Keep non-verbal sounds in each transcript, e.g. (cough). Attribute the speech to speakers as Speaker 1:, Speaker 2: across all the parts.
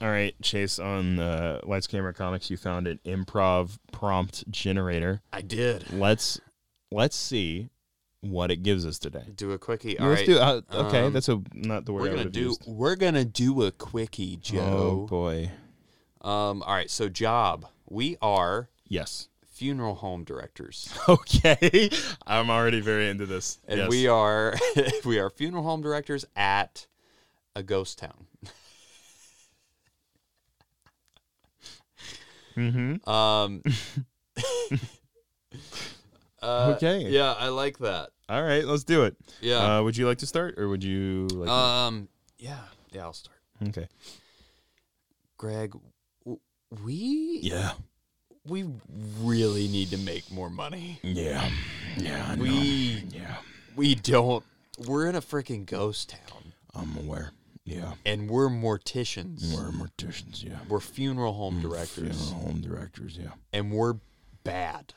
Speaker 1: All right, Chase, on uh, Lights Camera Comics, you found an improv prompt generator.
Speaker 2: I did.
Speaker 1: Let's let's see what it gives us today.
Speaker 2: Do a quickie.
Speaker 1: Yeah,
Speaker 2: All
Speaker 1: let's
Speaker 2: right.
Speaker 1: do. Uh, okay,
Speaker 2: um,
Speaker 1: that's a not the word
Speaker 2: we're
Speaker 1: I
Speaker 2: gonna
Speaker 1: would've
Speaker 2: do
Speaker 1: used.
Speaker 2: we're gonna do a quickie,
Speaker 1: Oh
Speaker 2: Joe.
Speaker 1: boy, Oh.
Speaker 2: um all right, so job. We are
Speaker 1: yes. (laughs)
Speaker 2: funeral home directors.
Speaker 1: Okay, I'm already very into this.
Speaker 2: And we are (laughs) we are funeral home directors at a ghost town.
Speaker 1: Mm-hmm. (laughs)
Speaker 2: Um uh,
Speaker 1: Okay.
Speaker 2: Yeah, I like that.
Speaker 1: All right, let's do it.
Speaker 2: Yeah.
Speaker 1: Uh, would you like to start, or would you like?
Speaker 2: um yeah, yeah, I'll start.
Speaker 1: okay.
Speaker 2: Greg, w- we
Speaker 1: Yeah.
Speaker 2: we really need to make more money.
Speaker 1: Yeah. Yeah. I know.
Speaker 2: We
Speaker 1: Yeah.
Speaker 2: we don't we're in a freaking ghost town
Speaker 1: I'm aware. Yeah.
Speaker 2: and we're morticians.
Speaker 1: We're morticians. Yeah.
Speaker 2: We're funeral home directors
Speaker 1: Mm. Funeral home directors. Yeah.
Speaker 2: and we're bad.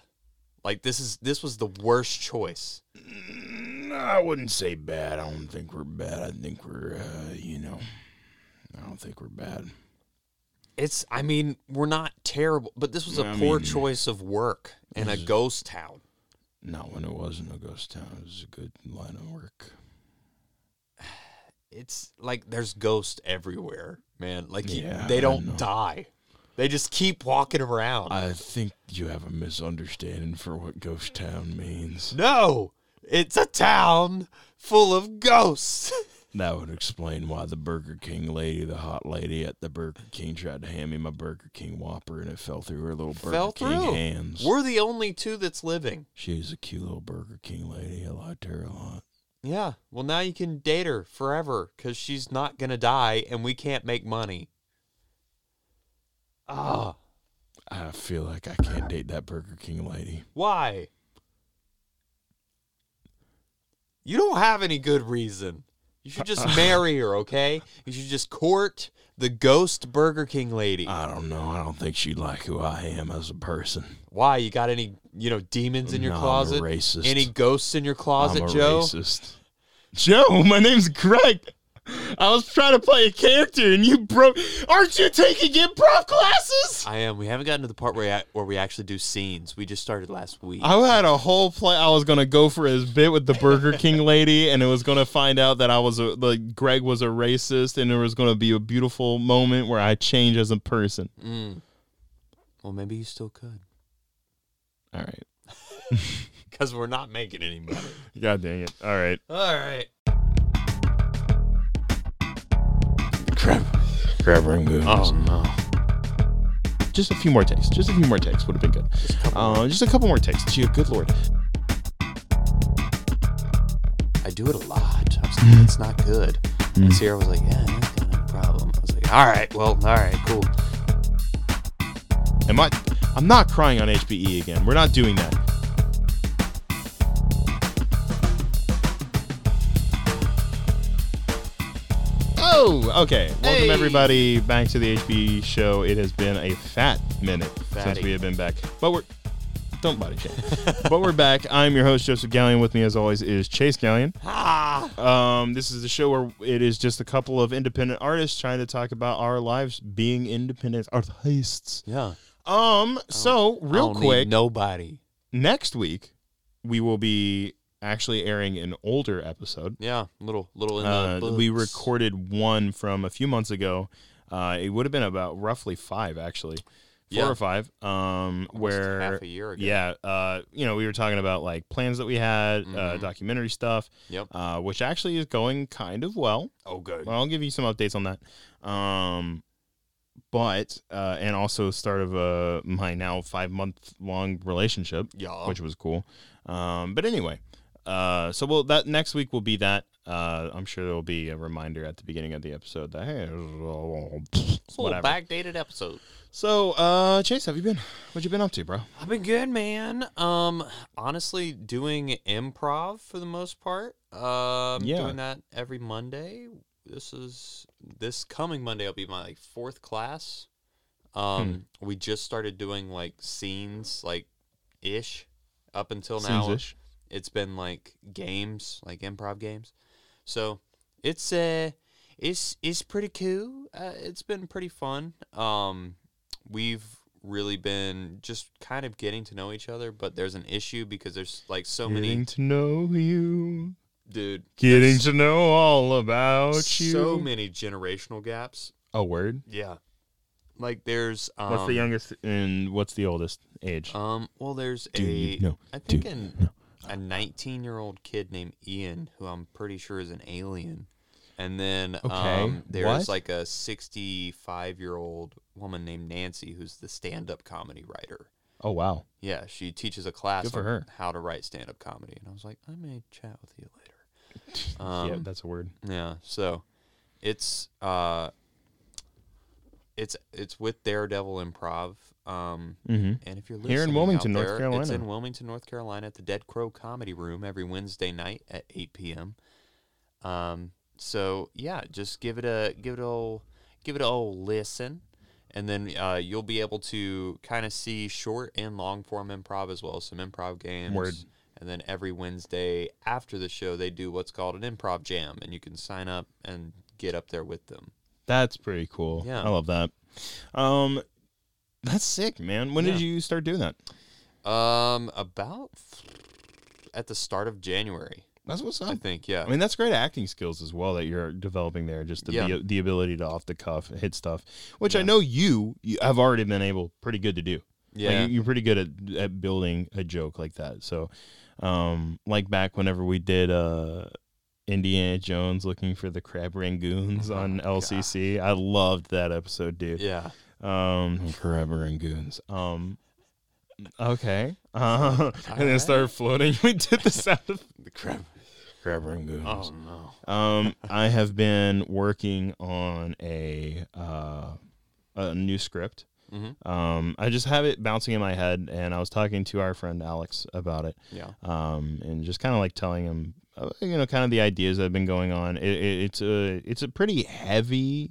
Speaker 2: Like this is this was the worst choice.
Speaker 1: No, I wouldn't say bad. I don't think we're bad. I think we're, uh, you know, I don't think we're bad.
Speaker 2: It's I mean, we're not terrible, but this was a
Speaker 1: I
Speaker 2: poor
Speaker 1: mean-
Speaker 2: choice of work in a ghost town.
Speaker 1: Not when it wasn't a ghost town. It was a good line of work.
Speaker 2: It's like there's ghosts everywhere, man. Like you-
Speaker 1: Yeah,
Speaker 2: they
Speaker 1: I
Speaker 2: don't
Speaker 1: know.
Speaker 2: die. They just keep walking around.
Speaker 1: I think you have a misunderstanding for what ghost town means.
Speaker 2: no, it's a town full of ghosts. (laughs)
Speaker 1: That would explain why the Burger King lady, the hot lady at the Burger King, tried to hand me my Burger King Whopper and it fell through her little Burger
Speaker 2: Fell
Speaker 1: King
Speaker 2: through.
Speaker 1: hands.
Speaker 2: We're the only two that's living.
Speaker 1: She was a cute little Burger King lady. I liked her a lot.
Speaker 2: Yeah. Well, now you can date her forever because she's not gonna die, and we can't make money. Ah,
Speaker 1: I feel like I can't date that Burger King lady.
Speaker 2: why? You don't have any good reason. You
Speaker 1: (laughs)
Speaker 2: should just marry her, okay? You should just court the ghost Burger King lady.
Speaker 1: I don't know. I don't think she'd like who I am as a person.
Speaker 2: Why? You got any, you know, demons in your
Speaker 1: No, I'm a
Speaker 2: closet?
Speaker 1: racist.
Speaker 2: Any ghosts in your closet,
Speaker 1: I'm a
Speaker 2: Joe?
Speaker 1: racist. Joe, (laughs) my name's Greg. I was trying to play a character and you broke. Aren't you taking improv classes?
Speaker 2: I am. We haven't gotten to the part where I, where we actually do scenes. We just started last week.
Speaker 1: I had a whole play. I was gonna go for his bit with the Burger (laughs) King lady, and it was gonna find out that I was a, like Greg was a racist, and there was gonna be a beautiful moment where I change as a person.
Speaker 2: Mm. Well, maybe you still could.
Speaker 1: All right.
Speaker 2: Because we're not making any money.
Speaker 1: God dang it. All right.
Speaker 2: All right.
Speaker 1: Crap. Oh, Forever movies.
Speaker 2: Oh, no.
Speaker 1: Just a few more takes. Just a few more takes would have been good. Uh, just a couple more takes. Gee, good lord.
Speaker 2: I do it a lot. I was like, it's not good.
Speaker 1: Mm.
Speaker 2: And Sierra was like, yeah, that's kind of a problem. I was like, all right, well, all right, cool.
Speaker 1: Am I? I'm not crying on HPE again. We're not doing that. Oh, okay. Welcome
Speaker 2: Hey.
Speaker 1: everybody back to the HPE show. It has been a fat minute since
Speaker 2: Fatty.
Speaker 1: we have been back, but we're don't body shame. but we're back. I'm your host Joseph Gallion. With me, as always, is Chase Gallion.
Speaker 2: Ah.
Speaker 1: Um, this is the show where it is just a couple of independent artists trying to talk about our lives being independent artists.
Speaker 2: Yeah.
Speaker 1: Um, so
Speaker 2: I
Speaker 1: real
Speaker 2: don't need
Speaker 1: quick,
Speaker 2: nobody.
Speaker 1: next week we will be actually airing an older episode.
Speaker 2: Yeah. Little, little in
Speaker 1: Uh,
Speaker 2: the
Speaker 1: we
Speaker 2: books.
Speaker 1: recorded one from a few months ago. Uh, it would have been about roughly five, actually, four
Speaker 2: Yeah.
Speaker 1: or five. Um, where
Speaker 2: half a year ago.
Speaker 1: yeah, uh, you know, we were talking about like plans that we had, uh,
Speaker 2: Mhm.
Speaker 1: documentary stuff,
Speaker 2: Yep.
Speaker 1: uh, which actually is going kind of well.
Speaker 2: Oh, good.
Speaker 1: Well, I'll give you some updates on that. Um, but uh, and also start of uh, my now five month long relationship,
Speaker 2: yeah.
Speaker 1: which was cool. Um, but anyway, uh, so well that next week will be that. Uh, I'm sure there will be a reminder at the beginning of the episode that hey,
Speaker 2: it's a little
Speaker 1: whatever.
Speaker 2: backdated episode.
Speaker 1: So, uh, Chase, have you been? What you been up to, bro?
Speaker 2: I've been good, man. Um, honestly, doing improv for the most part. Um,
Speaker 1: Yeah.
Speaker 2: doing that every Monday. This is this coming Monday. will be my like, fourth class. Um, we just started doing like scenes, like ish. Up until now,
Speaker 1: Seems-ish.
Speaker 2: it's been like games, like improv games. So it's uh it's it's pretty cool. Uh, it's been pretty fun. Um, we've really been just kind of getting to know each other, but there's an issue because there's like so
Speaker 1: Getting
Speaker 2: many
Speaker 1: to know you.
Speaker 2: dude.
Speaker 1: Getting
Speaker 2: there's
Speaker 1: to know all about you.
Speaker 2: so many generational gaps.
Speaker 1: A word.
Speaker 2: Yeah, like there's um,
Speaker 1: What's the youngest and what's the oldest age?
Speaker 2: Um, well, there's
Speaker 1: Do
Speaker 2: a
Speaker 1: you know?
Speaker 2: I
Speaker 1: Do
Speaker 2: think an,
Speaker 1: know?
Speaker 2: a 19 year old kid named Ian, who I'm pretty sure is an alien. And then
Speaker 1: Okay,
Speaker 2: um, there's
Speaker 1: what?
Speaker 2: like a 65 year old woman named Nancy, who's the stand up comedy writer.
Speaker 1: Oh wow.
Speaker 2: Yeah, she teaches a class
Speaker 1: Good for
Speaker 2: on
Speaker 1: her.
Speaker 2: how to write stand up comedy. And I was like, I may chat with you later. Um,
Speaker 1: yeah, that's a word.
Speaker 2: yeah. So it's uh it's it's with Daredevil Improv. Um
Speaker 1: Mm-hmm.
Speaker 2: and if you're listening
Speaker 1: Here in
Speaker 2: out
Speaker 1: Wilmington, North
Speaker 2: there, it's
Speaker 1: Carolina.
Speaker 2: in Wilmington, North Carolina, at the Dead Crow Comedy Room every Wednesday night at 8 p.m. Um, so yeah, just give it a give it a ol- give it a ol' listen, and then uh, you'll be able to kind of see short and long form improv as well as some improv games.
Speaker 1: Word.
Speaker 2: And then every Wednesday after the show, they do what's called an improv jam, and you can sign up and get up there with them.
Speaker 1: That's pretty cool.
Speaker 2: Yeah.
Speaker 1: I love that. Um, that's sick, man. When did
Speaker 2: Yeah.
Speaker 1: you start doing that?
Speaker 2: Um, about at the start of January,
Speaker 1: That's what's
Speaker 2: I
Speaker 1: up.
Speaker 2: think. Yeah.
Speaker 1: I mean, that's great acting skills as well that you're developing there. Just the
Speaker 2: Yeah.
Speaker 1: the ability to off the cuff hit stuff, which I
Speaker 2: Yeah.
Speaker 1: know you, you have already been able pretty good to do. Like,
Speaker 2: Yeah.
Speaker 1: you- you're pretty good at, at building a joke like that. So, um, like back whenever we did uh, Indiana Jones looking for the crab rangoons
Speaker 2: Oh,
Speaker 1: on LCC, I loved that episode, dude.
Speaker 2: yeah.
Speaker 1: Um, crab rangoons. Um, okay. (laughs) Uh, and then
Speaker 2: Alright.
Speaker 1: started floating. (laughs) We did the sound of (laughs)
Speaker 2: The crab.
Speaker 1: crab rangoons.
Speaker 2: Oh no.
Speaker 1: Um, I have been working on a uh, a new script.
Speaker 2: Mhm.
Speaker 1: Um, I just have it bouncing in my head, and I was talking to our friend Alex about it,
Speaker 2: Yeah.
Speaker 1: um, and just kind of like telling him, uh, you know, kind of the ideas that have been going on. It, it, it's a it's a pretty heavy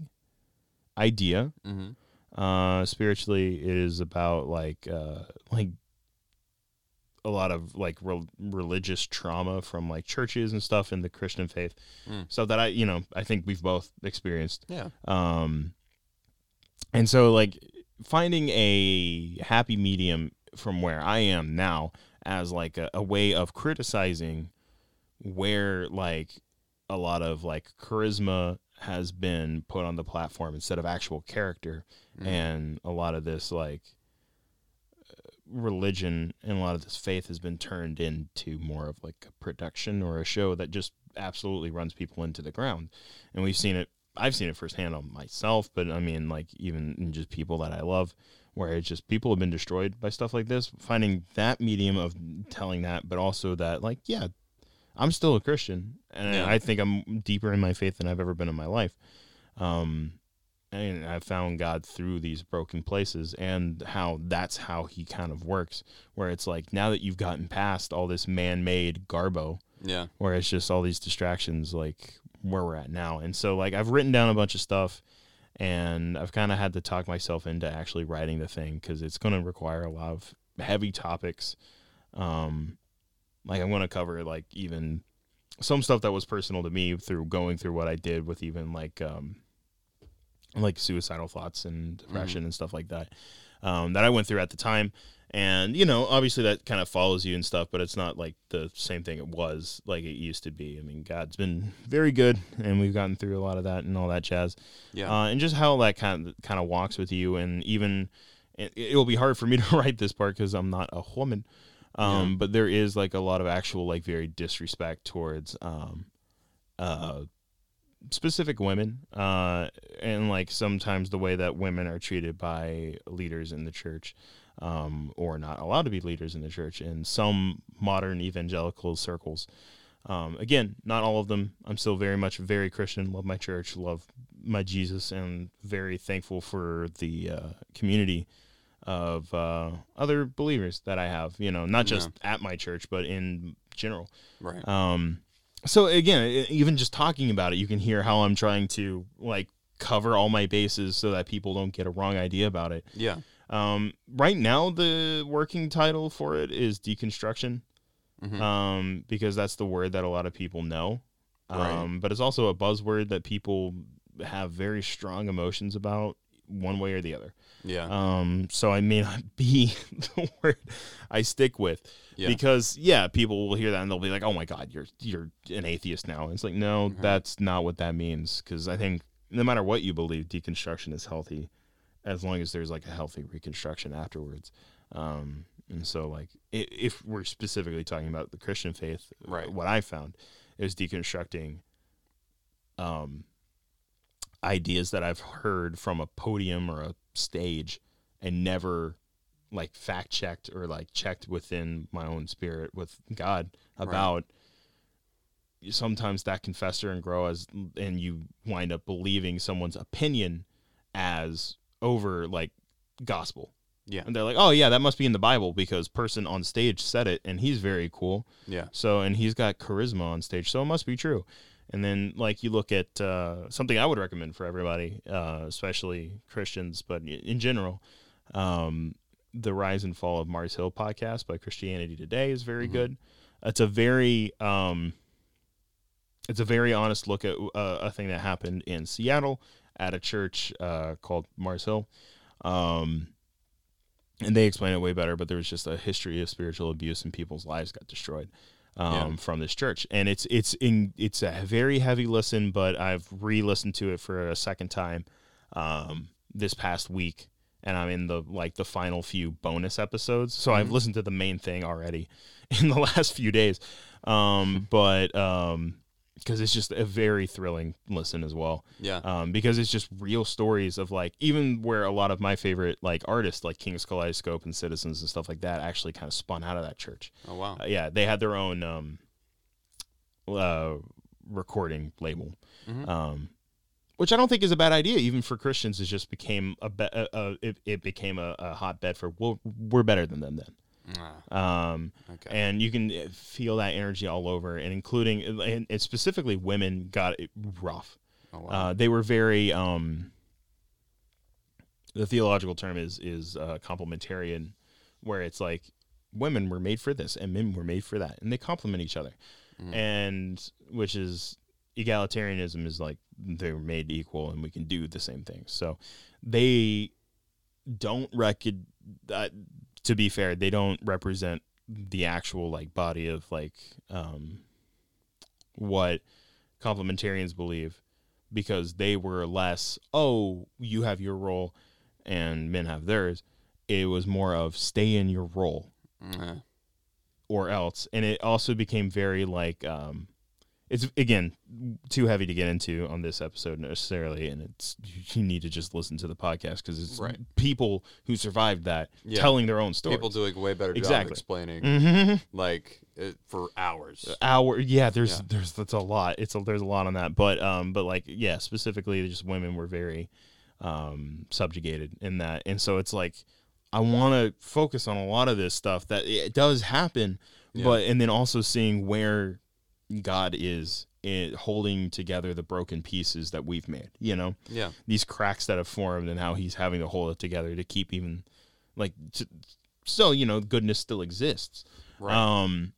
Speaker 1: idea.
Speaker 2: Mm-hmm.
Speaker 1: Uh, spiritually, it is about like uh, like a lot of like rel religious trauma from like churches and stuff in the Christian faith.
Speaker 2: Mm.
Speaker 1: So that I, you know, I think we've both experienced.
Speaker 2: Yeah.
Speaker 1: Um, and so like finding a happy medium from where I am now as like a, a way of criticizing where like a lot of like charisma has been put on the platform instead of actual character
Speaker 2: Mm.
Speaker 1: and a lot of this like uh, religion and a lot of this faith has been turned into more of like a production or a show that just absolutely runs people into the ground and we've seen it i've seen it firsthand on myself but i mean like even in just people that i love where it's just people have been destroyed by stuff like this finding that medium of telling that but also that like yeah i'm still a christian and
Speaker 2: Yeah.
Speaker 1: i think i'm deeper in my faith than i've ever been in my life um and I found God through these broken places and how that's how he kind of works where it's like now that you've gotten past all this man-made garbo
Speaker 2: Yeah.
Speaker 1: where it's just all these distractions like where we're at now and so like I've written down a bunch of stuff and I've kind of had to talk myself into actually writing the thing cuz it's going to require a lot of heavy topics um like I'm going to cover like even some stuff that was personal to me through going through what I did with even like um like suicidal thoughts and depression and stuff like that um, that I went through at the time. And you know, obviously that kind of follows you and stuff, but it's not like the same thing it was like it used to be. I mean, God's been very good, and we've gotten through a lot of that and all that jazz.
Speaker 2: Yeah.
Speaker 1: Uh, and just how that kind of kind of walks with you, and even it, it will be hard for me (laughs) to write this part because I'm not a woman. Um, But there is like a lot of actual like very disrespect towards um, uh, specific women, uh, and like sometimes the way that women are treated by leaders in the church, um, or not allowed to be leaders in the church in some modern evangelical circles. Um, again, not all of them. I'm still very much very Christian. Love my church. Love my Jesus, and very thankful for the uh, community of uh, other believers that I have. You know, not just at my church, but in general.
Speaker 2: right.
Speaker 1: Um, so again, e- even just talking about it, you can hear how I'm trying to like cover all my bases so that people don't get a wrong idea about it.
Speaker 2: yeah.
Speaker 1: Um, right now, the working title for it is deconstruction, uh,
Speaker 2: Mhm.
Speaker 1: um, because that's the word that a lot of people know.
Speaker 2: Right.
Speaker 1: Um, but it's also a buzzword that people have very strong emotions about one way or the other.
Speaker 2: Yeah.
Speaker 1: Um, so I may not (laughs) be the word I stick with
Speaker 2: Yeah.
Speaker 1: because yeah, people will hear that and they'll be like, "Oh my God, you're you're an atheist now." And it's like, no,
Speaker 2: Mhm.
Speaker 1: that's not what that means because I think no matter what you believe, deconstruction is healthy as long as there's like a healthy reconstruction afterwards. Um, and so like i- if we're specifically talking about the Christian faith,
Speaker 2: Right.
Speaker 1: What I found is deconstructing. Um, ideas that I've heard from a podium or a stage and never like fact checked or like checked within my own spirit with God
Speaker 2: Right.
Speaker 1: about sometimes that can fester and grow as and you wind up believing someone's opinion as over like gospel.
Speaker 2: Yeah.
Speaker 1: And they're like, "Oh yeah, that must be in the Bible because person on stage said it and he's very cool."
Speaker 2: Yeah.
Speaker 1: So and he's got charisma on stage, so it must be true. And then like you look at uh, something I would recommend for everybody, uh, especially Christians, but i- in general, um, the rise and fall of Mars Hill podcast by Christianity Today is very
Speaker 2: Mhm.
Speaker 1: good. It's a very um, it's a very honest look at uh, a thing that happened in Seattle at a church uh, called Mars Hill. Um, and they explain it way better, but there was just a history of spiritual abuse and people's lives got destroyed um,
Speaker 2: Yeah.
Speaker 1: from this church. And it's it's in it's a very heavy listen, but I've re-listened to it for a second time um, this past week, and I'm in the like the final few bonus episodes. So I've
Speaker 2: Mhm.
Speaker 1: listened to the main thing already (laughs) in the last few days, um, but um, because it's just a very thrilling listen as well
Speaker 2: Yeah.
Speaker 1: um, because it's just real stories of like even where a lot of my favorite like artists like King's Kaleidoscope and Citizens and stuff like that actually kind of spun out of that church.
Speaker 2: Oh wow.
Speaker 1: Uh, yeah, they had their own um, uh, recording label,
Speaker 2: Mhm.
Speaker 1: um, which I don't think is a bad idea. Even for Christians, it just became a, be- a, a it, it became a, a hotbed for well, we're better than them then.
Speaker 2: Ah,
Speaker 1: Um,
Speaker 2: okay.
Speaker 1: and you can uh, feel that energy all over, and including and, and specifically women got it rough.
Speaker 2: oh wow.
Speaker 1: Uh, they were very um, the theological term is is uh, complementarian, where it's like women were made for this and men were made for that, and they complement each other,
Speaker 2: Mhm.
Speaker 1: and which is egalitarianism is like they were made equal and we can do the same things. So they don't recog Uh, to be fair, they don't represent the actual like body of like um, what complementarians believe because they were less oh you have your role and men have theirs it was more of stay in your role
Speaker 2: Mhm.
Speaker 1: or else and it also became very like um it's again too heavy to get into on this episode necessarily and it's you need to just listen to the podcast because it's
Speaker 2: Right.
Speaker 1: people who survived that
Speaker 2: Yeah.
Speaker 1: telling their own story
Speaker 2: People do a way better job
Speaker 1: Exactly.
Speaker 2: explaining
Speaker 1: hmm
Speaker 2: like it, for hours.
Speaker 1: hour yeah there's
Speaker 2: Yeah.
Speaker 1: there's that's a lot it's a, there's a lot on that but um but like yeah specifically just women were very um subjugated in that and so it's like i want to focus on a lot of this stuff that it does happen
Speaker 2: Yeah.
Speaker 1: but and then also seeing where god is in holding together the broken pieces that we've made you know
Speaker 2: Yeah.
Speaker 1: these cracks that have formed and how he's having to hold it together to keep even like to, so you know goodness still exists
Speaker 2: Right.
Speaker 1: um,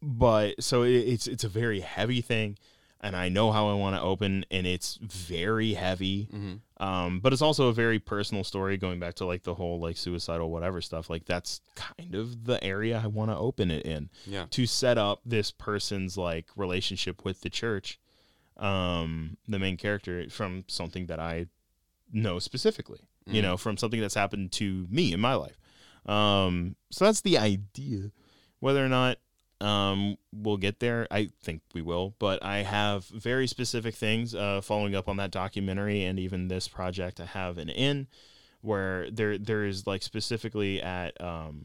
Speaker 1: but so it, it's it's a very heavy thing, and I know how I want to open, and it's very heavy.
Speaker 2: Mhm.
Speaker 1: Um, but it's also a very personal story, going back to like the whole like suicidal whatever stuff. Like that's kind of the area I want to open it in
Speaker 2: Yeah.
Speaker 1: to set up this person's like relationship with the church, um, the main character from something that I know specifically, you
Speaker 2: Mm.
Speaker 1: know, from something that's happened to me in my life. Um, so that's the idea. Whether or not um, we'll get there, I think we will, but I have very specific things uh, following up on that documentary and even this project. I have an in where there there is like specifically at um,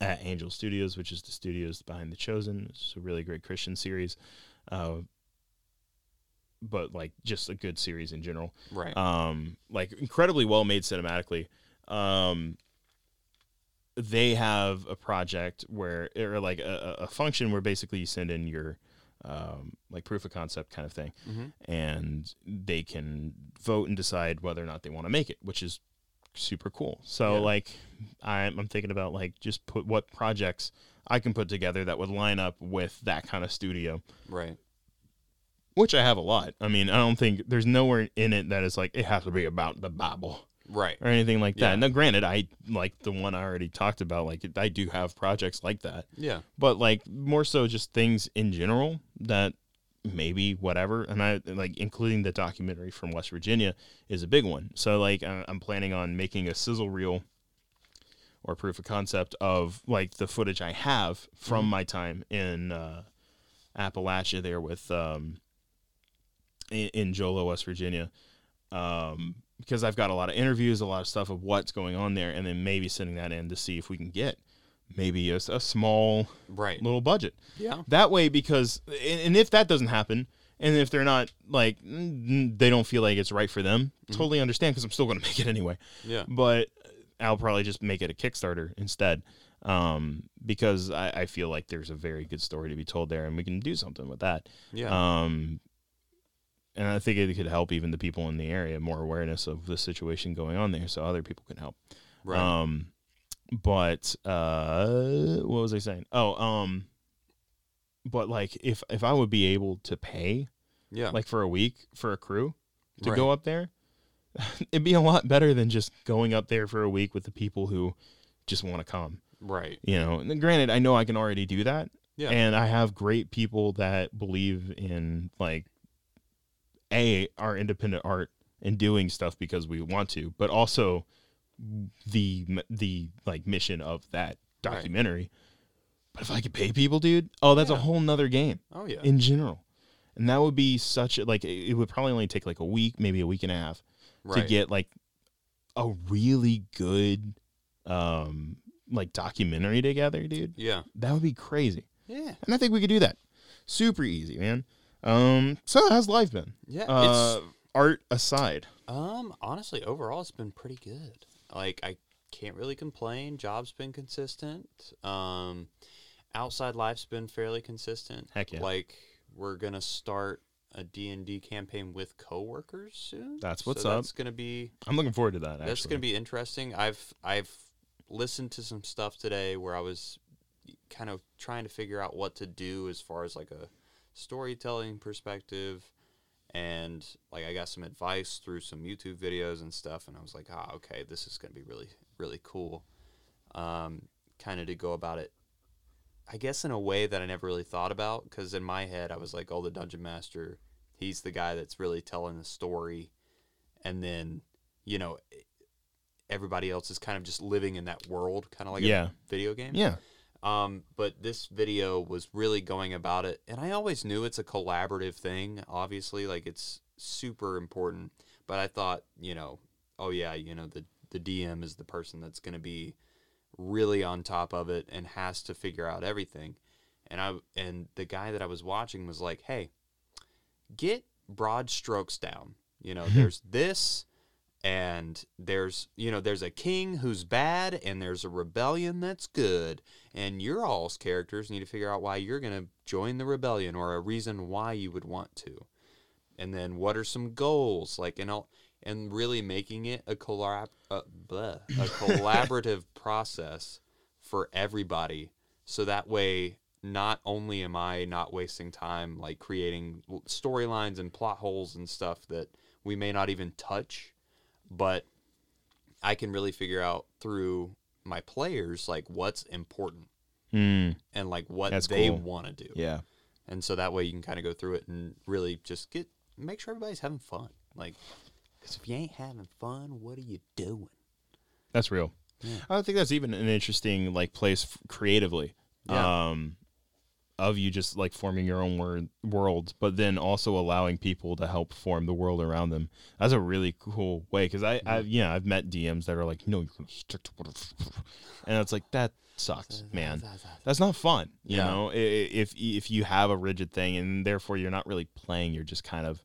Speaker 1: at Angel Studios, which is the studios behind The Chosen. It's a really great Christian series, uh, but like just a good series in general.
Speaker 2: Right.
Speaker 1: Um, like incredibly well made cinematically. Um, they have a project where, or like a, a a function where basically you send in your um, like proof of concept kind of thing,
Speaker 2: Mhm.
Speaker 1: and they can vote and decide whether or not they want to make it, which is super cool. So
Speaker 2: Yeah.
Speaker 1: like I'm, I'm thinking about like just put what projects I can put together that would line up with that kind of studio
Speaker 2: Right.
Speaker 1: which I have a lot. I mean, I don't think there's nowhere in it that is like it has to be about the Bible
Speaker 2: Right.
Speaker 1: or anything like that.
Speaker 2: Yeah.
Speaker 1: Now, granted, I like the one I already talked about. Like, I do have projects like that,
Speaker 2: Yeah.
Speaker 1: but like more so just things in general that maybe whatever. And I like including the documentary from West Virginia is a big one. So like I- I'm planning on making a sizzle reel or proof of concept of like the footage I have from my time in uh, Appalachia there with um, in, in Jolo, West Virginia. Um, because I've got a lot of interviews, a lot of stuff of what's going on there, and then maybe sending that in to see if we can get maybe a, s- a small
Speaker 2: Right.
Speaker 1: little budget.
Speaker 2: Yeah.
Speaker 1: That way, because and, and if that doesn't happen, and if they're not like mm, they don't feel like it's right for them, totally understand because I'm still going to (laughs) make it anyway.
Speaker 2: Yeah.
Speaker 1: But I'll probably just make it a Kickstarter instead, um, because I, I feel like there's a very good story to be told there, and we can do something with that.
Speaker 2: Yeah.
Speaker 1: Um, and I think it could help even the people in the area more awareness of the situation going on there, so other people can help.
Speaker 2: right.
Speaker 1: Um, but uh, what was I saying? Oh, um, but like if if I would be able to pay
Speaker 2: yeah.
Speaker 1: like for a week for a crew to
Speaker 2: Right.
Speaker 1: go up there, (laughs) it'd be a lot better than just going up there for a week with the people who just want to come.
Speaker 2: right.
Speaker 1: You know, and granted, I know I can already do that,
Speaker 2: Yeah.
Speaker 1: and I have great people that believe in like a our independent art and doing stuff because we want to, but also the the like mission of that
Speaker 2: Right.
Speaker 1: documentary. But if I could pay people, dude, oh, that's a
Speaker 2: Yeah.
Speaker 1: whole nother game
Speaker 2: oh yeah.
Speaker 1: in general, and that would be such a, like it it would probably only take like a week, maybe a week and a half
Speaker 2: right.
Speaker 1: to get like a really good um like documentary together, dude.
Speaker 2: yeah.
Speaker 1: That would be crazy.
Speaker 2: Yeah.
Speaker 1: And I think we could do that. Super easy, man. Um, so how's life been?
Speaker 2: Yeah.
Speaker 1: Uh, art aside.
Speaker 2: it's um honestly overall it's been pretty good. Like I can't really complain. Job's been consistent. Um outside life's been fairly consistent.
Speaker 1: Heck yeah.
Speaker 2: Like we're going to start a D&D campaign with coworkers soon.
Speaker 1: That's what's
Speaker 2: so
Speaker 1: up.
Speaker 2: That's going to be
Speaker 1: I'm looking forward to that. Actually,
Speaker 2: That's going to be interesting. I've I've listened to some stuff today where I was kind of trying to figure out what to do as far as like a storytelling perspective and like I got some advice through some YouTube videos and stuff and I was like, "Ah, okay, this is going to be really really cool." Um kind of to go about it I guess in a way that I never really thought about cuz in my head I was like, "Oh, the dungeon master, he's the guy that's really telling the story." And then you know everybody else is kind of just living in that world kind of like
Speaker 1: Yeah.
Speaker 2: a video game
Speaker 1: yeah,
Speaker 2: um but this video was really going about it and i always knew it's a collaborative thing obviously like it's super important but i thought you know oh yeah you know the the dm is the person that's going to be really on top of it and has to figure out everything and i and the guy that i was watching was like hey get broad strokes down you know there's this and there's you know there's a king who's bad and there's a rebellion that's good and your all's characters need to figure out why you're going to join the rebellion or a reason why you would want to and then what are some goals like and all and really making it a collab uh, bleh, a collaborative process for everybody so that way not only am i not wasting time like creating l- storylines and plot holes and stuff that we may not even touch but i can really figure out through my players like what's important
Speaker 1: mm,
Speaker 2: and like what
Speaker 1: That's
Speaker 2: they
Speaker 1: cool.
Speaker 2: want to do
Speaker 1: yeah.
Speaker 2: and so that way you can kind of go through it and really just get make sure everybody's having fun like because if you ain't having fun what are you doing
Speaker 1: That's real.
Speaker 2: Yeah.
Speaker 1: I think that's even an interesting like place f- creatively.
Speaker 2: Yeah.
Speaker 1: Um, of you just like forming your own word, world, but then also allowing people to help form the world around them. That's a really cool way because I,
Speaker 2: Mm-hmm.
Speaker 1: I've yeah, I've met DMs that are like, no, you can stick to what, and it's like that sucks, man. that's not fun you
Speaker 2: Yeah.
Speaker 1: know I- i- if if you have a rigid thing and therefore you're not really playing you're just kind of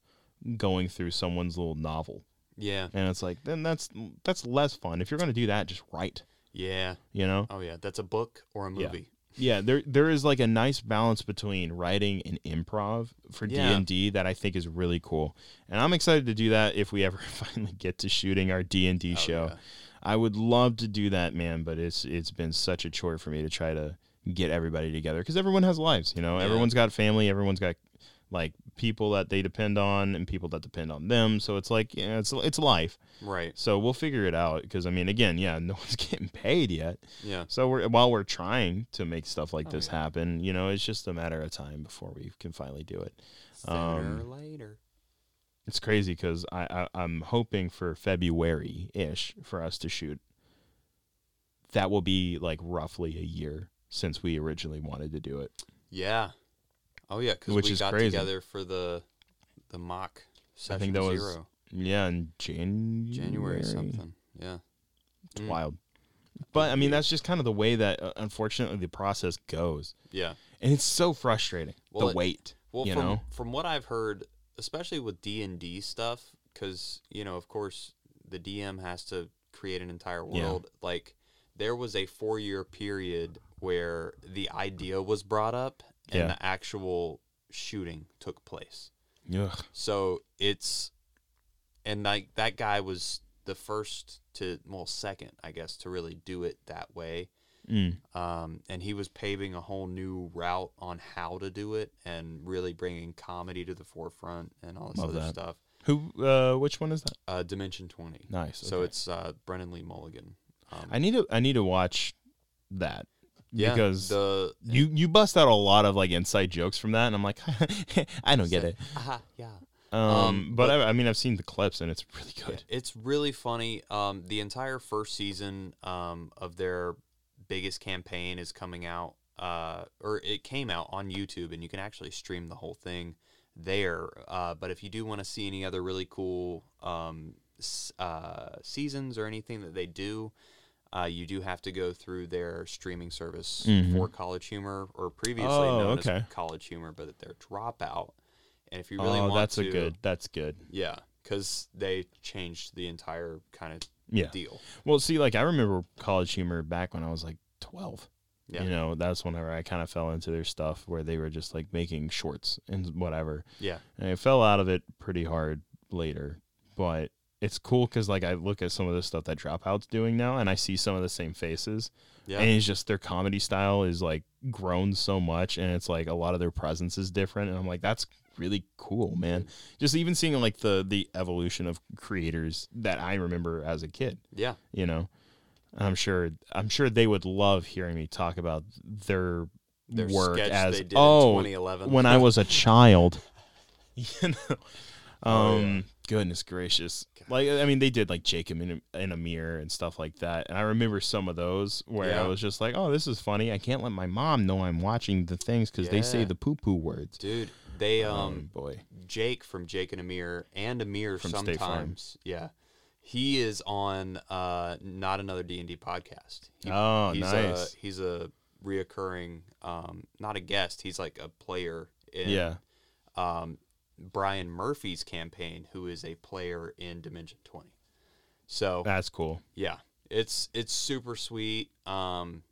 Speaker 1: going through someone's little novel
Speaker 2: yeah
Speaker 1: and it's like then that's that's less fun if you're going to do that just write
Speaker 2: yeah
Speaker 1: you know
Speaker 2: oh yeah that's a book or a
Speaker 1: Yeah.
Speaker 2: movie
Speaker 1: yeah there there is like a nice balance between writing and improv for
Speaker 2: Yeah.
Speaker 1: d&d that i think is really cool and i'm excited to do that if we ever (laughs) finally get to shooting our d&d
Speaker 2: Oh,
Speaker 1: show
Speaker 2: yeah.
Speaker 1: i would love to do that man but it's it's been such a chore for me to try to get everybody together because everyone has lives you know
Speaker 2: Yeah.
Speaker 1: everyone's got family everyone's got like people that they depend on and people that depend on them. So it's like yeah, it's it's life.
Speaker 2: Right.
Speaker 1: So we'll figure it out because I mean, again, yeah, (laughs) no one's getting paid yet.
Speaker 2: Yeah.
Speaker 1: So we're while we're trying to make stuff like
Speaker 2: Oh,
Speaker 1: this
Speaker 2: yeah.
Speaker 1: happen, you know, it's just a matter of time before we can finally do it.
Speaker 2: Sooner or
Speaker 1: Um,
Speaker 2: later.
Speaker 1: It's crazy because I, I I'm hoping for February ish for us to shoot. That will be like roughly a year since we originally wanted to do it.
Speaker 2: Yeah. Oh yeah, because
Speaker 1: Which
Speaker 2: we
Speaker 1: is
Speaker 2: got
Speaker 1: crazy.
Speaker 2: together for the the mock session
Speaker 1: that was
Speaker 2: zero,
Speaker 1: Yeah, in January.
Speaker 2: January something. Yeah.
Speaker 1: It's
Speaker 2: Mm.
Speaker 1: wild. But I mean, that's just kind of the way that uh, unfortunately the process goes,
Speaker 2: Yeah.
Speaker 1: and it's so frustrating.
Speaker 2: Well,
Speaker 1: the
Speaker 2: it-
Speaker 1: wait.
Speaker 2: Well,
Speaker 1: you
Speaker 2: from
Speaker 1: know?
Speaker 2: from what I've heard, especially with D and D stuff, because you know, of course, the DM has to create an entire
Speaker 1: Yeah.
Speaker 2: world. Like there was a four year period where the idea was brought up and
Speaker 1: Yeah.
Speaker 2: the actual shooting took place.
Speaker 1: Ugh.
Speaker 2: So it's and like that guy was the first to well second I guess to really do it that way.
Speaker 1: Mm.
Speaker 2: Um, and he was paving a whole new route on how to do it and really bringing comedy to the forefront and all this
Speaker 1: Love
Speaker 2: other
Speaker 1: that.
Speaker 2: stuff.
Speaker 1: Who? Uh, which one is that?
Speaker 2: Uh, Dimension 20.
Speaker 1: Nice.
Speaker 2: So
Speaker 1: okay.
Speaker 2: it's uh, Brennan Lee Mulligan. Um,
Speaker 1: I need to. I need to watch that
Speaker 2: yeah,
Speaker 1: because
Speaker 2: the
Speaker 1: you you bust out a lot of like inside jokes from that, and I'm like, (laughs) I don't
Speaker 2: (laughs)
Speaker 1: get it.
Speaker 2: aha, Uh-huh, yeah.
Speaker 1: Um,
Speaker 2: Um,
Speaker 1: but,
Speaker 2: but-
Speaker 1: I, I mean, I've seen the clips, and it's really good.
Speaker 2: It's really funny. Um, the entire first season um, of their biggest campaign is coming out, uh, or it came out on YouTube, and you can actually stream the whole thing there. Uh, but if you do want to see any other really cool um, s- uh, seasons or anything that they do, uh, you do have to go through their streaming service
Speaker 1: Mhm.
Speaker 2: for College Humor, or previously
Speaker 1: Oh,
Speaker 2: known as
Speaker 1: okay.
Speaker 2: College Humor, but their Dropout. And if you really
Speaker 1: oh,
Speaker 2: want
Speaker 1: that's
Speaker 2: to,
Speaker 1: a good. That's good.
Speaker 2: yeah, because they changed the entire kind of
Speaker 1: Yeah.
Speaker 2: deal.
Speaker 1: Well, see, like I remember College Humor back when I was like 12.
Speaker 2: Yeah.
Speaker 1: You know, that's whenever I kind of fell into their stuff where they were just like making shorts and whatever.
Speaker 2: Yeah,
Speaker 1: And I fell out of it pretty hard later, but it's cool because like I look at some of the stuff that Dropout's doing now, and I see some of the same faces,
Speaker 2: yeah,
Speaker 1: and it's just their comedy style is like grown so much, and it's like a lot of their presence is different, and I'm like, that's really cool, man. Just even seeing like the the evolution of creators that I remember as a kid
Speaker 2: yeah,
Speaker 1: you know And i'm sure i'm sure they would love hearing me talk about their,
Speaker 2: their
Speaker 1: work
Speaker 2: sketch
Speaker 1: as
Speaker 2: they did in
Speaker 1: oh
Speaker 2: 2011
Speaker 1: when i was a child (laughs) you know um
Speaker 2: Oh, yeah.
Speaker 1: goodness gracious
Speaker 2: God.
Speaker 1: like i mean they did like jacob in a, in a mirror and stuff like that and i remember some of those where
Speaker 2: Yeah.
Speaker 1: i was just like oh this is funny i can't let my mom know i'm watching the things because they say
Speaker 2: Yeah.
Speaker 1: the poo poo words
Speaker 2: (laughs) dude, they um,
Speaker 1: boy
Speaker 2: Jake from Jake and Amir and Amir
Speaker 1: From State Farm.
Speaker 2: sometimes, yeah, he is on uh not another D and D podcast. He-
Speaker 1: oh
Speaker 2: he's uh,
Speaker 1: nice
Speaker 2: A, he's a reoccurring, um, not a guest. He's like a player in
Speaker 1: yeah
Speaker 2: um, Brian Murphy's campaign, who is a player in Dimension Twenty. So
Speaker 1: that's cool
Speaker 2: yeah it's it's super sweet um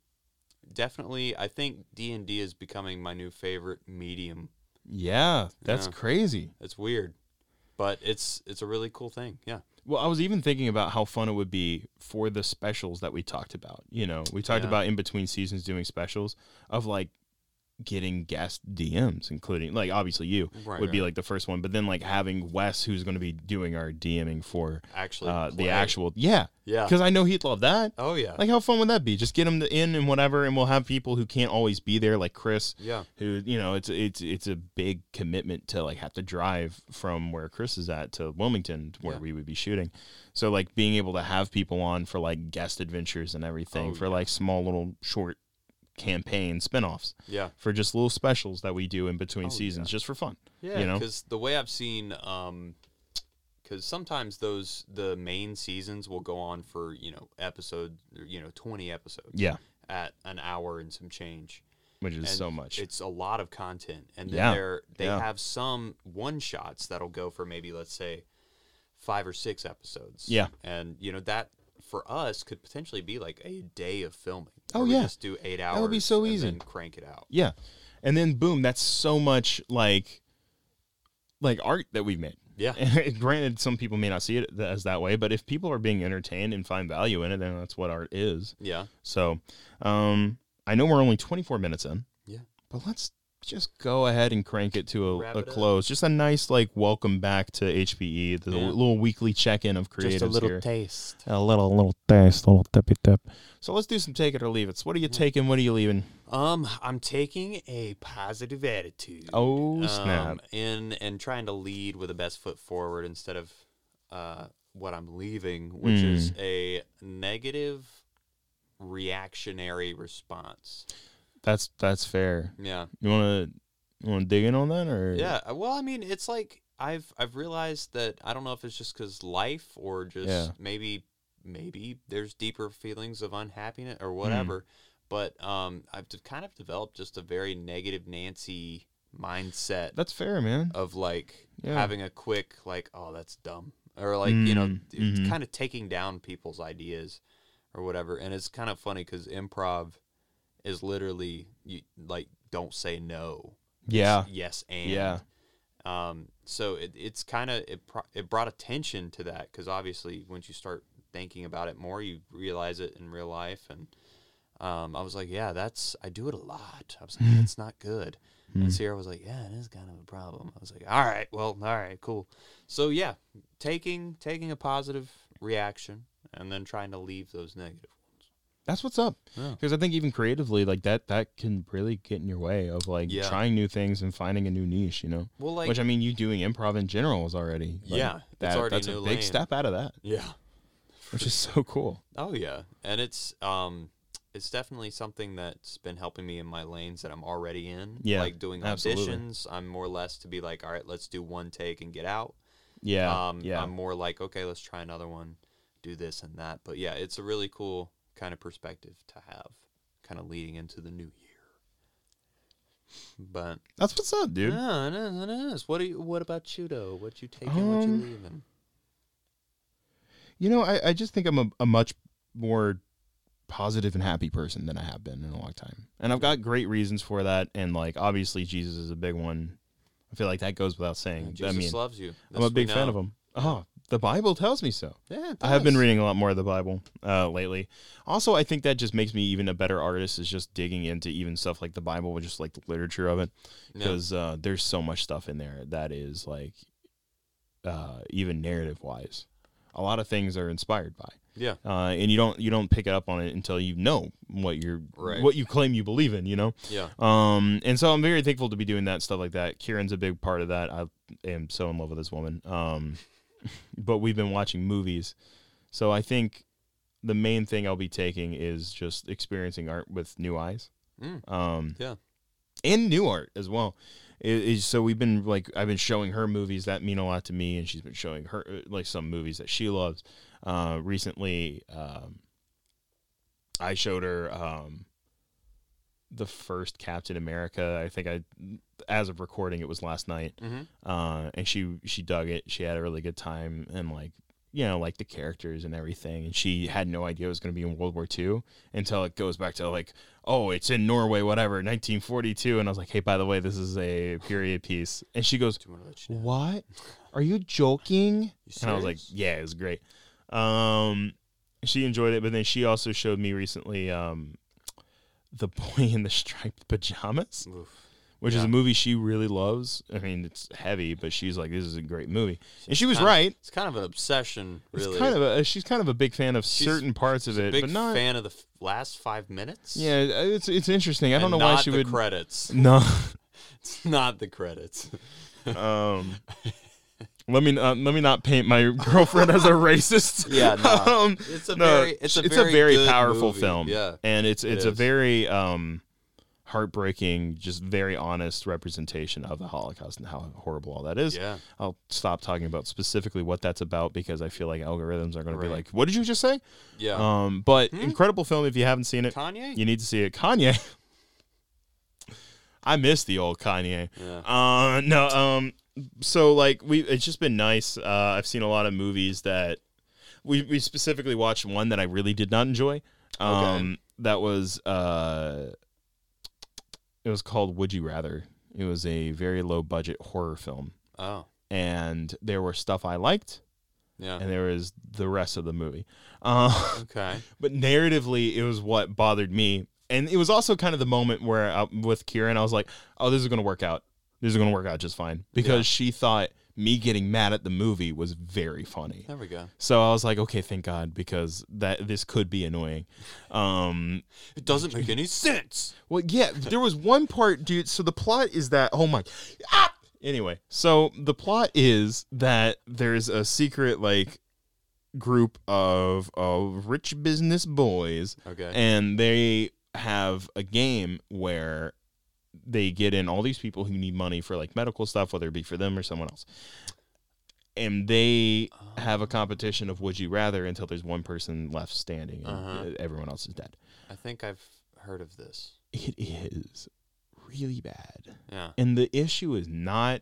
Speaker 2: definitely i think d&d is becoming my new favorite medium
Speaker 1: yeah that's
Speaker 2: Yeah.
Speaker 1: crazy
Speaker 2: it's weird but it's it's a really cool thing yeah
Speaker 1: Well, I was even thinking about how fun it would be for the specials that we talked about. You know, we talked
Speaker 2: Yeah.
Speaker 1: about in between seasons doing specials of like getting guest DMs, including like obviously you
Speaker 2: Right,
Speaker 1: would be
Speaker 2: right.
Speaker 1: like the first one, but then like having Wes, who's going to be doing our DMing for
Speaker 2: actually
Speaker 1: uh, the
Speaker 2: play.
Speaker 1: actual, yeah,
Speaker 2: yeah
Speaker 1: because I know he'd love that.
Speaker 2: oh yeah
Speaker 1: Like, how fun would that be? Just get him to- in and whatever, and we'll have people who can't always be there, like Chris,
Speaker 2: yeah
Speaker 1: who you know it's it's it's a big commitment to like have to drive from where Chris is at to Wilmington where
Speaker 2: Yeah.
Speaker 1: we would be shooting. So like being able to have people on for like guest adventures and everything
Speaker 2: Oh,
Speaker 1: for
Speaker 2: yeah.
Speaker 1: like small little short campaign spin-offs
Speaker 2: yeah
Speaker 1: for just little specials that we do in between
Speaker 2: Oh,
Speaker 1: seasons just for fun.
Speaker 2: yeah
Speaker 1: You know?
Speaker 2: because the way i've seen um because sometimes those the main seasons will go on for you know episode you know 20 episodes
Speaker 1: Yeah,
Speaker 2: at an hour and some change
Speaker 1: which is
Speaker 2: and
Speaker 1: so much.
Speaker 2: It's a lot of content, and then
Speaker 1: Yeah.
Speaker 2: they're, they
Speaker 1: Yeah.
Speaker 2: have some one shots that'll go for maybe let's say five or six episodes.
Speaker 1: Yeah.
Speaker 2: and you know that for us could potentially be like a day of filming.
Speaker 1: Oh,
Speaker 2: where we
Speaker 1: yeah.
Speaker 2: just do eight hours.
Speaker 1: would be so
Speaker 2: and
Speaker 1: easy.
Speaker 2: then crank it out.
Speaker 1: yeah. And then boom, that's so much like like art that we've made. (laughs)
Speaker 2: Yeah,
Speaker 1: Granted, some people may not see it as that way, but if people are being entertained and find value in it, then that's what art is.
Speaker 2: yeah,
Speaker 1: So, um, I know we're only 24 minutes in.
Speaker 2: Yeah.
Speaker 1: But let's just go ahead and crank it to
Speaker 2: Wrap
Speaker 1: a, a
Speaker 2: it up.
Speaker 1: close. Just a nice like welcome back to HPE, the
Speaker 2: Yeah.
Speaker 1: little weekly check in of creatives
Speaker 2: Just a little
Speaker 1: here.
Speaker 2: taste.
Speaker 1: a little little taste, little tippy tip. So let's do some take it or leave it. what are you taking? What are you leaving?
Speaker 2: Um, I'm taking a positive attitude.
Speaker 1: Oh snap!
Speaker 2: um, in and trying to lead with the best foot forward instead of uh, what I'm leaving, which
Speaker 1: Hmm.
Speaker 2: is a negative reactionary response.
Speaker 1: that's that's fair.
Speaker 2: Yeah,
Speaker 1: You wanna you wanna dig in on that or
Speaker 2: yeah. uh, Well, I mean, it's like I've I've realized that I don't know if it's just because life or just
Speaker 1: Yeah.
Speaker 2: maybe maybe there's deeper feelings of unhappiness
Speaker 1: Hmm.
Speaker 2: or whatever. But um, I've d- kind of developed just a very negative Nancy mindset
Speaker 1: That's fair, man.
Speaker 2: of like
Speaker 1: Yeah.
Speaker 2: having a quick like oh that's dumb or like you know
Speaker 1: Mm,
Speaker 2: it's
Speaker 1: mhm.
Speaker 2: kind of taking down people's ideas or whatever and it's kind of funny because improv is literally you like don't say no
Speaker 1: yeah.
Speaker 2: yes and
Speaker 1: Yeah.
Speaker 2: um so it, it's kind of it, pro- it brought attention to that because obviously once you start thinking about it more you realize it in real life and um, I was like, yeah, that's I do it a lot. I was
Speaker 1: Hmm.
Speaker 2: like, that's not good. And Sierra was like, yeah, it is kind of a problem. I was like, all right, well, all right, cool. So yeah, taking taking a positive reaction and then trying to leave those negative ones.
Speaker 1: That's what's up.
Speaker 2: Yeah.
Speaker 1: Because I think even creatively, like that that can really get in your way of like
Speaker 2: Yeah.
Speaker 1: trying new things and finding a new niche, you know?
Speaker 2: Well, like
Speaker 1: Which I mean you doing improv in general is already like,
Speaker 2: Yeah, it's
Speaker 1: that,
Speaker 2: already
Speaker 1: that's
Speaker 2: a
Speaker 1: a
Speaker 2: new
Speaker 1: big
Speaker 2: lane.
Speaker 1: step out of that.
Speaker 2: yeah,
Speaker 1: Which is so cool.
Speaker 2: oh yeah, and it's um. It's definitely something that's been helping me in my lanes that I'm already in.
Speaker 1: Yeah,
Speaker 2: like doing
Speaker 1: absolutely.
Speaker 2: auditions, I'm more or less to be like, all right, let's do one take and get out.
Speaker 1: Yeah.
Speaker 2: um,
Speaker 1: yeah.
Speaker 2: I'm more like, okay, let's try another one, do this and that. But yeah, it's a really cool kind of perspective to have, kind of leading into the new year. But
Speaker 1: that's what's up, dude.
Speaker 2: no, it is, it is. What do you? What about you though? What you taking? what you
Speaker 1: Um,
Speaker 2: leaving?
Speaker 1: You know, I, I just think I'm a, a much more positive and happy person than I have been in a long time. And I've got great reasons for that. And like obviously Jesus is a big one. I feel like that goes without saying.
Speaker 2: uh, Jesus
Speaker 1: I mean
Speaker 2: loves you.
Speaker 1: I'm a big fan of him. Oh, the Bible tells me so.
Speaker 2: Yeah,
Speaker 1: I have been reading a lot more of the Bible uh, lately. Also, I think that just makes me even a better artist is just digging into even stuff like the Bible, just like the literature of it, because uh, there's so much stuff in there that is like uh, even narrative wise, a lot of things are inspired by,
Speaker 2: Yeah,
Speaker 1: uh, and you don't you don't pick it up on it until you know what you're
Speaker 2: Right.
Speaker 1: what you claim you believe in, you know.
Speaker 2: yeah,
Speaker 1: Um, and so I'm very thankful to be doing that stuff like that. Kieran's a big part of that. I am so in love with this woman. Um, (laughs) but we've been watching movies, so I think the main thing I'll be taking is just experiencing art with new eyes.
Speaker 2: Mm.
Speaker 1: Um,
Speaker 2: Yeah.
Speaker 1: and new art as well. I- is- so we've been like I've been showing her movies that mean a lot to me, and she's been showing her uh, like some movies that she loves. Uh, recently, um, I showed her um, the first Captain America. I think I, as of recording, it was last night,
Speaker 2: hmm
Speaker 1: uh, and she she dug it. She had a really good time, and like you know, like the characters and everything. And she had no idea it was going to be in World War II until it goes back to like, oh, it's in Norway, whatever, 1942. And I was like, hey, by the way, this is a period piece. And she goes,
Speaker 2: Do you want to let you know?
Speaker 1: what? Are you joking?
Speaker 2: You
Speaker 1: and I was like,
Speaker 2: serious?
Speaker 1: yeah, it was great. Um, she enjoyed it, but then she also showed me recently um, the boy in the striped pajamas,
Speaker 2: Oof.
Speaker 1: which is
Speaker 2: Yeah.
Speaker 1: a movie she really loves. I mean, it's heavy, but she's like, this is a great movie, and she was
Speaker 2: kinda-
Speaker 1: right.
Speaker 2: It's kind of an obsession, really.
Speaker 1: It's kind of a uh, she's kind of a big fan of
Speaker 2: She's-
Speaker 1: certain parts of it,
Speaker 2: big
Speaker 1: but not.
Speaker 2: fan of the f- last five minutes.
Speaker 1: Yeah, it's it's interesting. I don't
Speaker 2: and
Speaker 1: know why
Speaker 2: not
Speaker 1: she (laughs)
Speaker 2: the
Speaker 1: would.
Speaker 2: credits.
Speaker 1: no.
Speaker 2: It's not
Speaker 1: (laughs)
Speaker 2: the credits.
Speaker 1: Um, let me uh, let me not paint my girlfriend as a
Speaker 2: (laughs)
Speaker 1: racist. (laughs)
Speaker 2: Yeah, no.
Speaker 1: um,
Speaker 2: It's a
Speaker 1: no,
Speaker 2: very it's a
Speaker 1: it's
Speaker 2: very,
Speaker 1: a very
Speaker 2: good
Speaker 1: powerful
Speaker 2: movie.
Speaker 1: film.
Speaker 2: Yeah.
Speaker 1: and it's it's a
Speaker 2: is.
Speaker 1: very um, heartbreaking, just very honest representation of the Holocaust and how horrible all that is.
Speaker 2: Yeah.
Speaker 1: I'll stop talking about specifically what that's about because I feel like algorithms are going to be
Speaker 2: Right.
Speaker 1: like, "What did you just say?"
Speaker 2: Yeah.
Speaker 1: Um, but incredible film if you haven't seen it.
Speaker 2: Kanye?
Speaker 1: You need to see it. Kanye. (laughs) I miss the old Kanye.
Speaker 2: Yeah.
Speaker 1: Uh, no. Um. So like we, it's just been nice. Uh, I've seen a lot of movies that we we specifically watched one that I really did not enjoy. Um,
Speaker 2: Okay.
Speaker 1: that was uh, it was called Would You Rather. It was a very low budget horror film,
Speaker 2: oh.
Speaker 1: and there were stuff I liked,
Speaker 2: Yeah.
Speaker 1: and there was the rest of the movie. Uh, (laughs)
Speaker 2: okay.
Speaker 1: but narratively it was what bothered me and it was also kind of the moment where I, with Kieran, I was like, "Oh, this is gonna work out. This is gonna work out just fine," because
Speaker 2: Yeah.
Speaker 1: she thought me getting mad at the movie was very funny.
Speaker 2: There we go.
Speaker 1: So I was like, "Okay, thank God," because that this could be annoying. Um,
Speaker 2: It doesn't make any sense.
Speaker 1: well, yeah, there was one part, dude. So the plot is that oh my, ah! anyway. So the plot is that there's a secret like group of of rich business boys,
Speaker 2: Okay.
Speaker 1: and they have a game where they get in all these people who need money for like medical stuff, whether it be for them or someone else, and they
Speaker 2: Uh,
Speaker 1: have a competition of would you rather until there's one person left standing and
Speaker 2: Uh-huh.
Speaker 1: uh, everyone else is dead
Speaker 2: I think I've heard of this.
Speaker 1: it is really bad.
Speaker 2: Yeah.
Speaker 1: And the issue is not,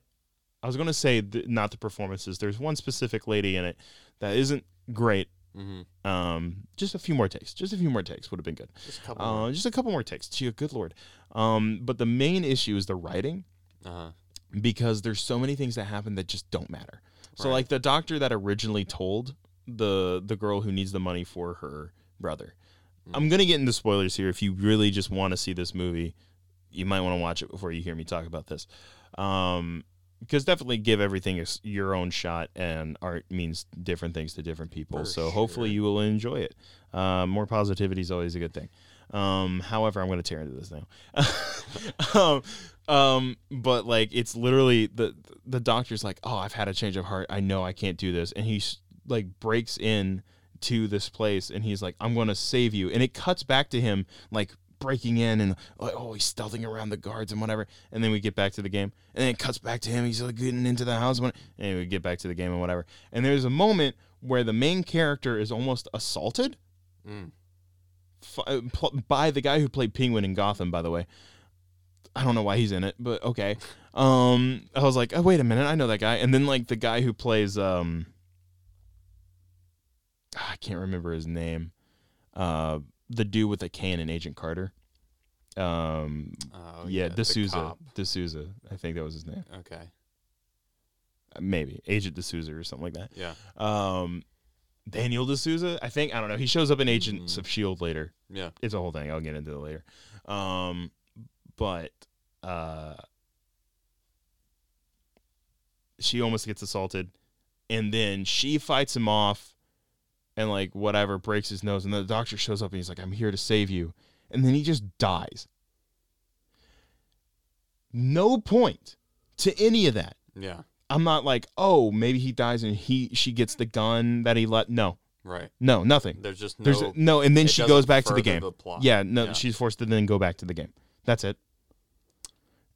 Speaker 1: I was going to say th- not the performances. There's one specific lady in it that isn't great.
Speaker 2: Mm-hmm.
Speaker 1: Um, just a few more takes. Just a few more takes would have been good.
Speaker 2: Just a couple. more.
Speaker 1: Uh, just a couple more takes. Gee, good lord. Um, but the main issue is the writing
Speaker 2: Uh-huh.
Speaker 1: because there's so many things that happen that just don't matter. So
Speaker 2: Right.
Speaker 1: like the doctor that originally told the the girl who needs the money for her brother.
Speaker 2: Mm.
Speaker 1: I'm going to get into spoilers here if you really just want to see this movie. You might want to watch it before you hear me talk about this. Um because definitely give everything a s- your own shot and art means different things to different people.
Speaker 2: For
Speaker 1: so hopefully
Speaker 2: sure.
Speaker 1: you will enjoy it. Uh, more positivity is always a good thing. Um, however, I'm going to tear into this now. (laughs) um, um, but like, it's literally the the doctor's like, "Oh, I've had a change of heart. I know I can't do this," and he s- like breaks in to this place, and he's like, "I'm going to save you," and it cuts back to him like breaking in and like, oh, he's stealthing around the guards and whatever, and then we get back to the game, and then it cuts back to him. He's like getting into the house, and we get back to the game and whatever, and there's a moment where the main character is almost assaulted
Speaker 2: Mm.
Speaker 1: f- uh, pl- by the guy who played Penguin in Gotham, by the way. I don't know why he's in it, but okay. Um, I was like, oh wait a minute, I know that guy. And then like the guy who plays, um, ah, I can't remember his name, uh, the dude with a cane in Agent Carter. Um,
Speaker 2: Oh,
Speaker 1: yeah,
Speaker 2: the
Speaker 1: D'Souza,
Speaker 2: cop.
Speaker 1: D'Souza, I think that was his name.
Speaker 2: Okay.
Speaker 1: Uh, Maybe Agent D'Souza or something like that.
Speaker 2: Yeah.
Speaker 1: Um, Daniel D'Souza, I think. I don't know. He shows up in Agents
Speaker 2: Mhm.
Speaker 1: of Shield E later.
Speaker 2: Yeah.
Speaker 1: it's a whole thing. I'll get into it later. Um, but uh, she almost gets assaulted, and then she fights him off, and like whatever breaks his nose, and the doctor shows up and he's like, "I'm here to save you," and then he just dies. No point to any of that.
Speaker 2: Yeah.
Speaker 1: I'm not like, oh, maybe he dies and he she gets the gun that he let. No,
Speaker 2: Right.
Speaker 1: no, nothing.
Speaker 2: There's just no.
Speaker 1: There's no, and then
Speaker 2: it
Speaker 1: she
Speaker 2: doesn't
Speaker 1: goes back to the
Speaker 2: further
Speaker 1: game.
Speaker 2: plot.
Speaker 1: Yeah, no,
Speaker 2: Yeah.
Speaker 1: she's forced to then go back to the game. That's it.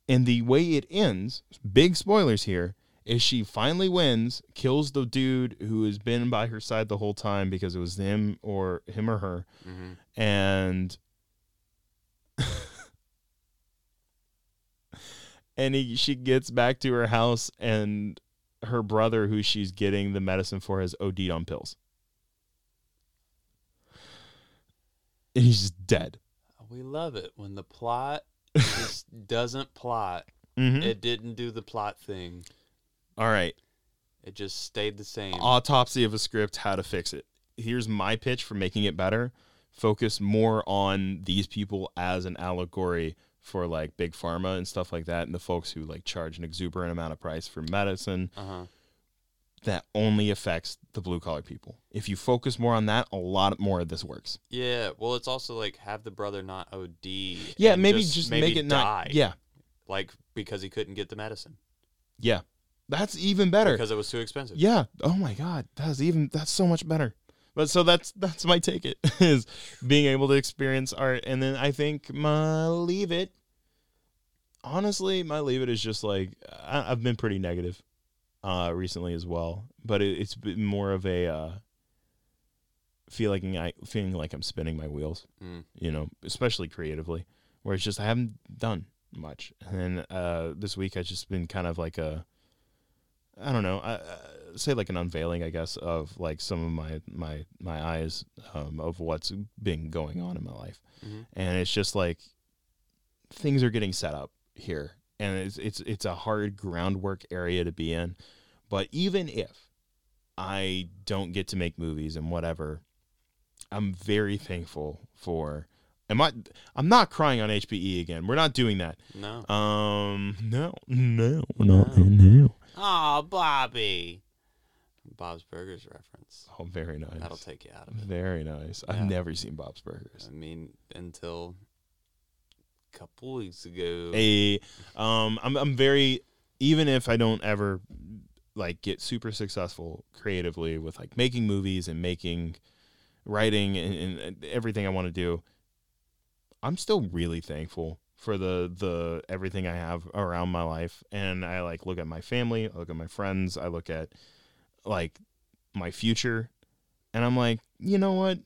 Speaker 1: And the way it ends, big spoilers here, is she finally wins, kills the dude who has been by her side the whole time because it was him or him or her,
Speaker 2: Mhm.
Speaker 1: and (laughs) and he, she gets back to her house and her brother who she's getting the medicine for has OD'd on pills. And he's just dead.
Speaker 2: We love it when
Speaker 1: (laughs)
Speaker 2: the plot just doesn't plot.
Speaker 1: Mhm.
Speaker 2: It didn't do the plot thing.
Speaker 1: All right.
Speaker 2: It just stayed the same.
Speaker 1: Autopsy of a script, how to fix it. Here's my pitch for making it better. Focus more on these people as an allegory for like big pharma and stuff like that and the folks who like charge an exuberant amount of price for medicine
Speaker 2: Uh huh.
Speaker 1: that only affects the blue collar people. If you focus more on that, a lot more of this works.
Speaker 2: Yeah. Well, it's also like have the brother not OD.
Speaker 1: Yeah,
Speaker 2: and
Speaker 1: maybe just,
Speaker 2: maybe
Speaker 1: make it
Speaker 2: die,
Speaker 1: not Yeah.
Speaker 2: Like because he couldn't get the medicine
Speaker 1: Yeah. That's even better.
Speaker 2: because it was too expensive.
Speaker 1: Yeah. Oh my God. That's even that's so much better. But so that's that's my take it (laughs) is being able to experience art. And then I think my leave it. Honestly, my leave it is just like I, I've been pretty negative uh recently as well. But it, it's been more of a uh feeling I feeling like I'm spinning my wheels,
Speaker 2: Mm.
Speaker 1: you know, especially creatively. Where it's just I haven't done much. And then uh this week I've just been kind of like a I don't know, I, uh, say like an unveiling, I guess, of like some of my my my eyes um, of what's been going on in my life,
Speaker 2: Mhm.
Speaker 1: and it's just like things are getting set up here, and it's it's it's a hard groundwork area to be in, but even if I don't get to make movies and whatever, I'm very thankful for Am I? I'm not crying on HPE again. We're not doing that.
Speaker 2: No.
Speaker 1: Um, no, no, not no.
Speaker 2: Oh, Bobby. Bob's Burgers reference.
Speaker 1: Oh, very nice.
Speaker 2: That'll take you out of it.
Speaker 1: Very nice.
Speaker 2: Yeah.
Speaker 1: I've never seen Bob's Burgers.
Speaker 2: I mean, until a couple weeks ago.
Speaker 1: A, um, I'm I'm very even if I don't ever like get super successful creatively with like making movies and making writing and, and- and everything I want to do. I'm still really thankful for the the everything I have around my life, and I like look at my family, I look at my friends, I look at like my future, and I'm like, you know what?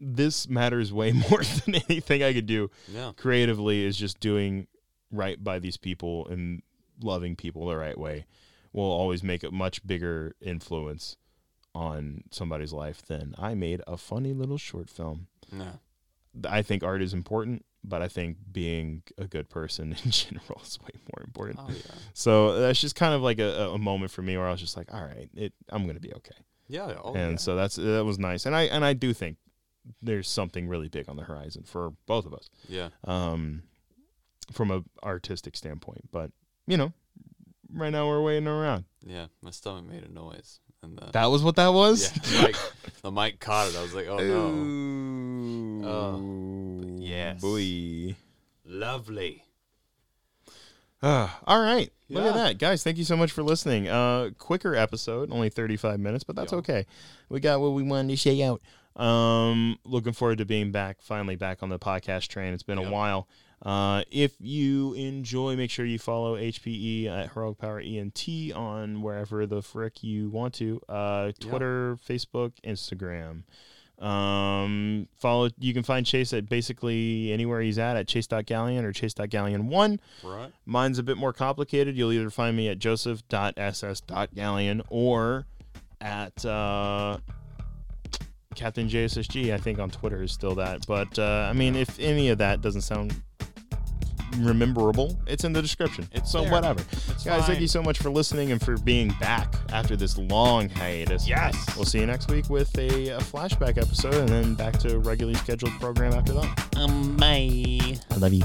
Speaker 1: This matters way (laughs) more than anything I could do
Speaker 2: Yeah.
Speaker 1: creatively is just doing right by these people and loving people the right way will always make a much bigger influence on somebody's life than I made a funny little short film.
Speaker 2: No.
Speaker 1: I think art is important, but I think being a good person (laughs) in general is way more important. (laughs)
Speaker 2: Oh, yeah.
Speaker 1: So that's just kind of like a, a moment for me where I was just like, all right, it, I'm going to be okay.
Speaker 2: Yeah. Oh,
Speaker 1: and
Speaker 2: yeah.
Speaker 1: so that's that was nice. And I and I do think there's something really big on the horizon for both of us
Speaker 2: yeah.
Speaker 1: um, from a artistic standpoint. But you know, right now we're waiting around.
Speaker 2: Yeah. My stomach made a noise. And the,
Speaker 1: That was what that was.
Speaker 2: yeah, Mike, the mic caught it. I was like,
Speaker 1: (laughs)
Speaker 2: oh, no.
Speaker 1: Ooh.
Speaker 2: yes.
Speaker 1: boy.
Speaker 2: Lovely.
Speaker 1: Ah, (sighs) all right. Look
Speaker 2: Yeah.
Speaker 1: at that. Guys, thank you so much for listening. Uh quicker episode, only 35 minutes, but that's
Speaker 2: Yeah.
Speaker 1: okay. We got what we wanted to say out. Um looking forward to being back finally back on the podcast train. It's been
Speaker 2: Yep.
Speaker 1: a while. Uh if you enjoy, make sure you follow HPE at Heroic Power ENT on wherever the frick you want to. Uh
Speaker 2: Yeah.
Speaker 1: Twitter, Facebook, Instagram. Um, follow. You can find Chase at basically anywhere he's at at chase.galleon or chase.galleon1.
Speaker 2: Right.
Speaker 1: Mine's a bit more complicated. You'll either find me at joseph.ss.galleon or at uh, Captain JSSG. I think on Twitter is still that. But uh, I mean, if any of that doesn't sound rememberable, it's in the description.
Speaker 2: It's
Speaker 1: so
Speaker 2: there.
Speaker 1: whatever.
Speaker 2: It's
Speaker 1: Guys,
Speaker 2: fine.
Speaker 1: thank you so much for listening and for being back after this long hiatus.
Speaker 2: Yes.
Speaker 1: We'll see you next week with a, a flashback episode and then back to a regularly scheduled program after that.
Speaker 2: Um, bye.
Speaker 1: I love you.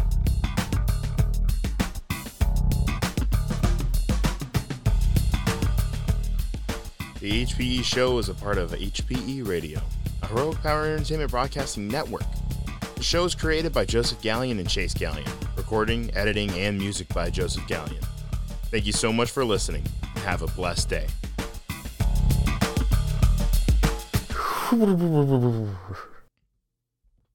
Speaker 1: The HPE Show is a part of HPE Radio, a Heroic Power Entertainment Broadcasting Network. The show is created by Joseph Gallion and Chase Gallion, recording, editing, and music by Joseph Gallion. Thank you so much for listening. and Have a blessed day.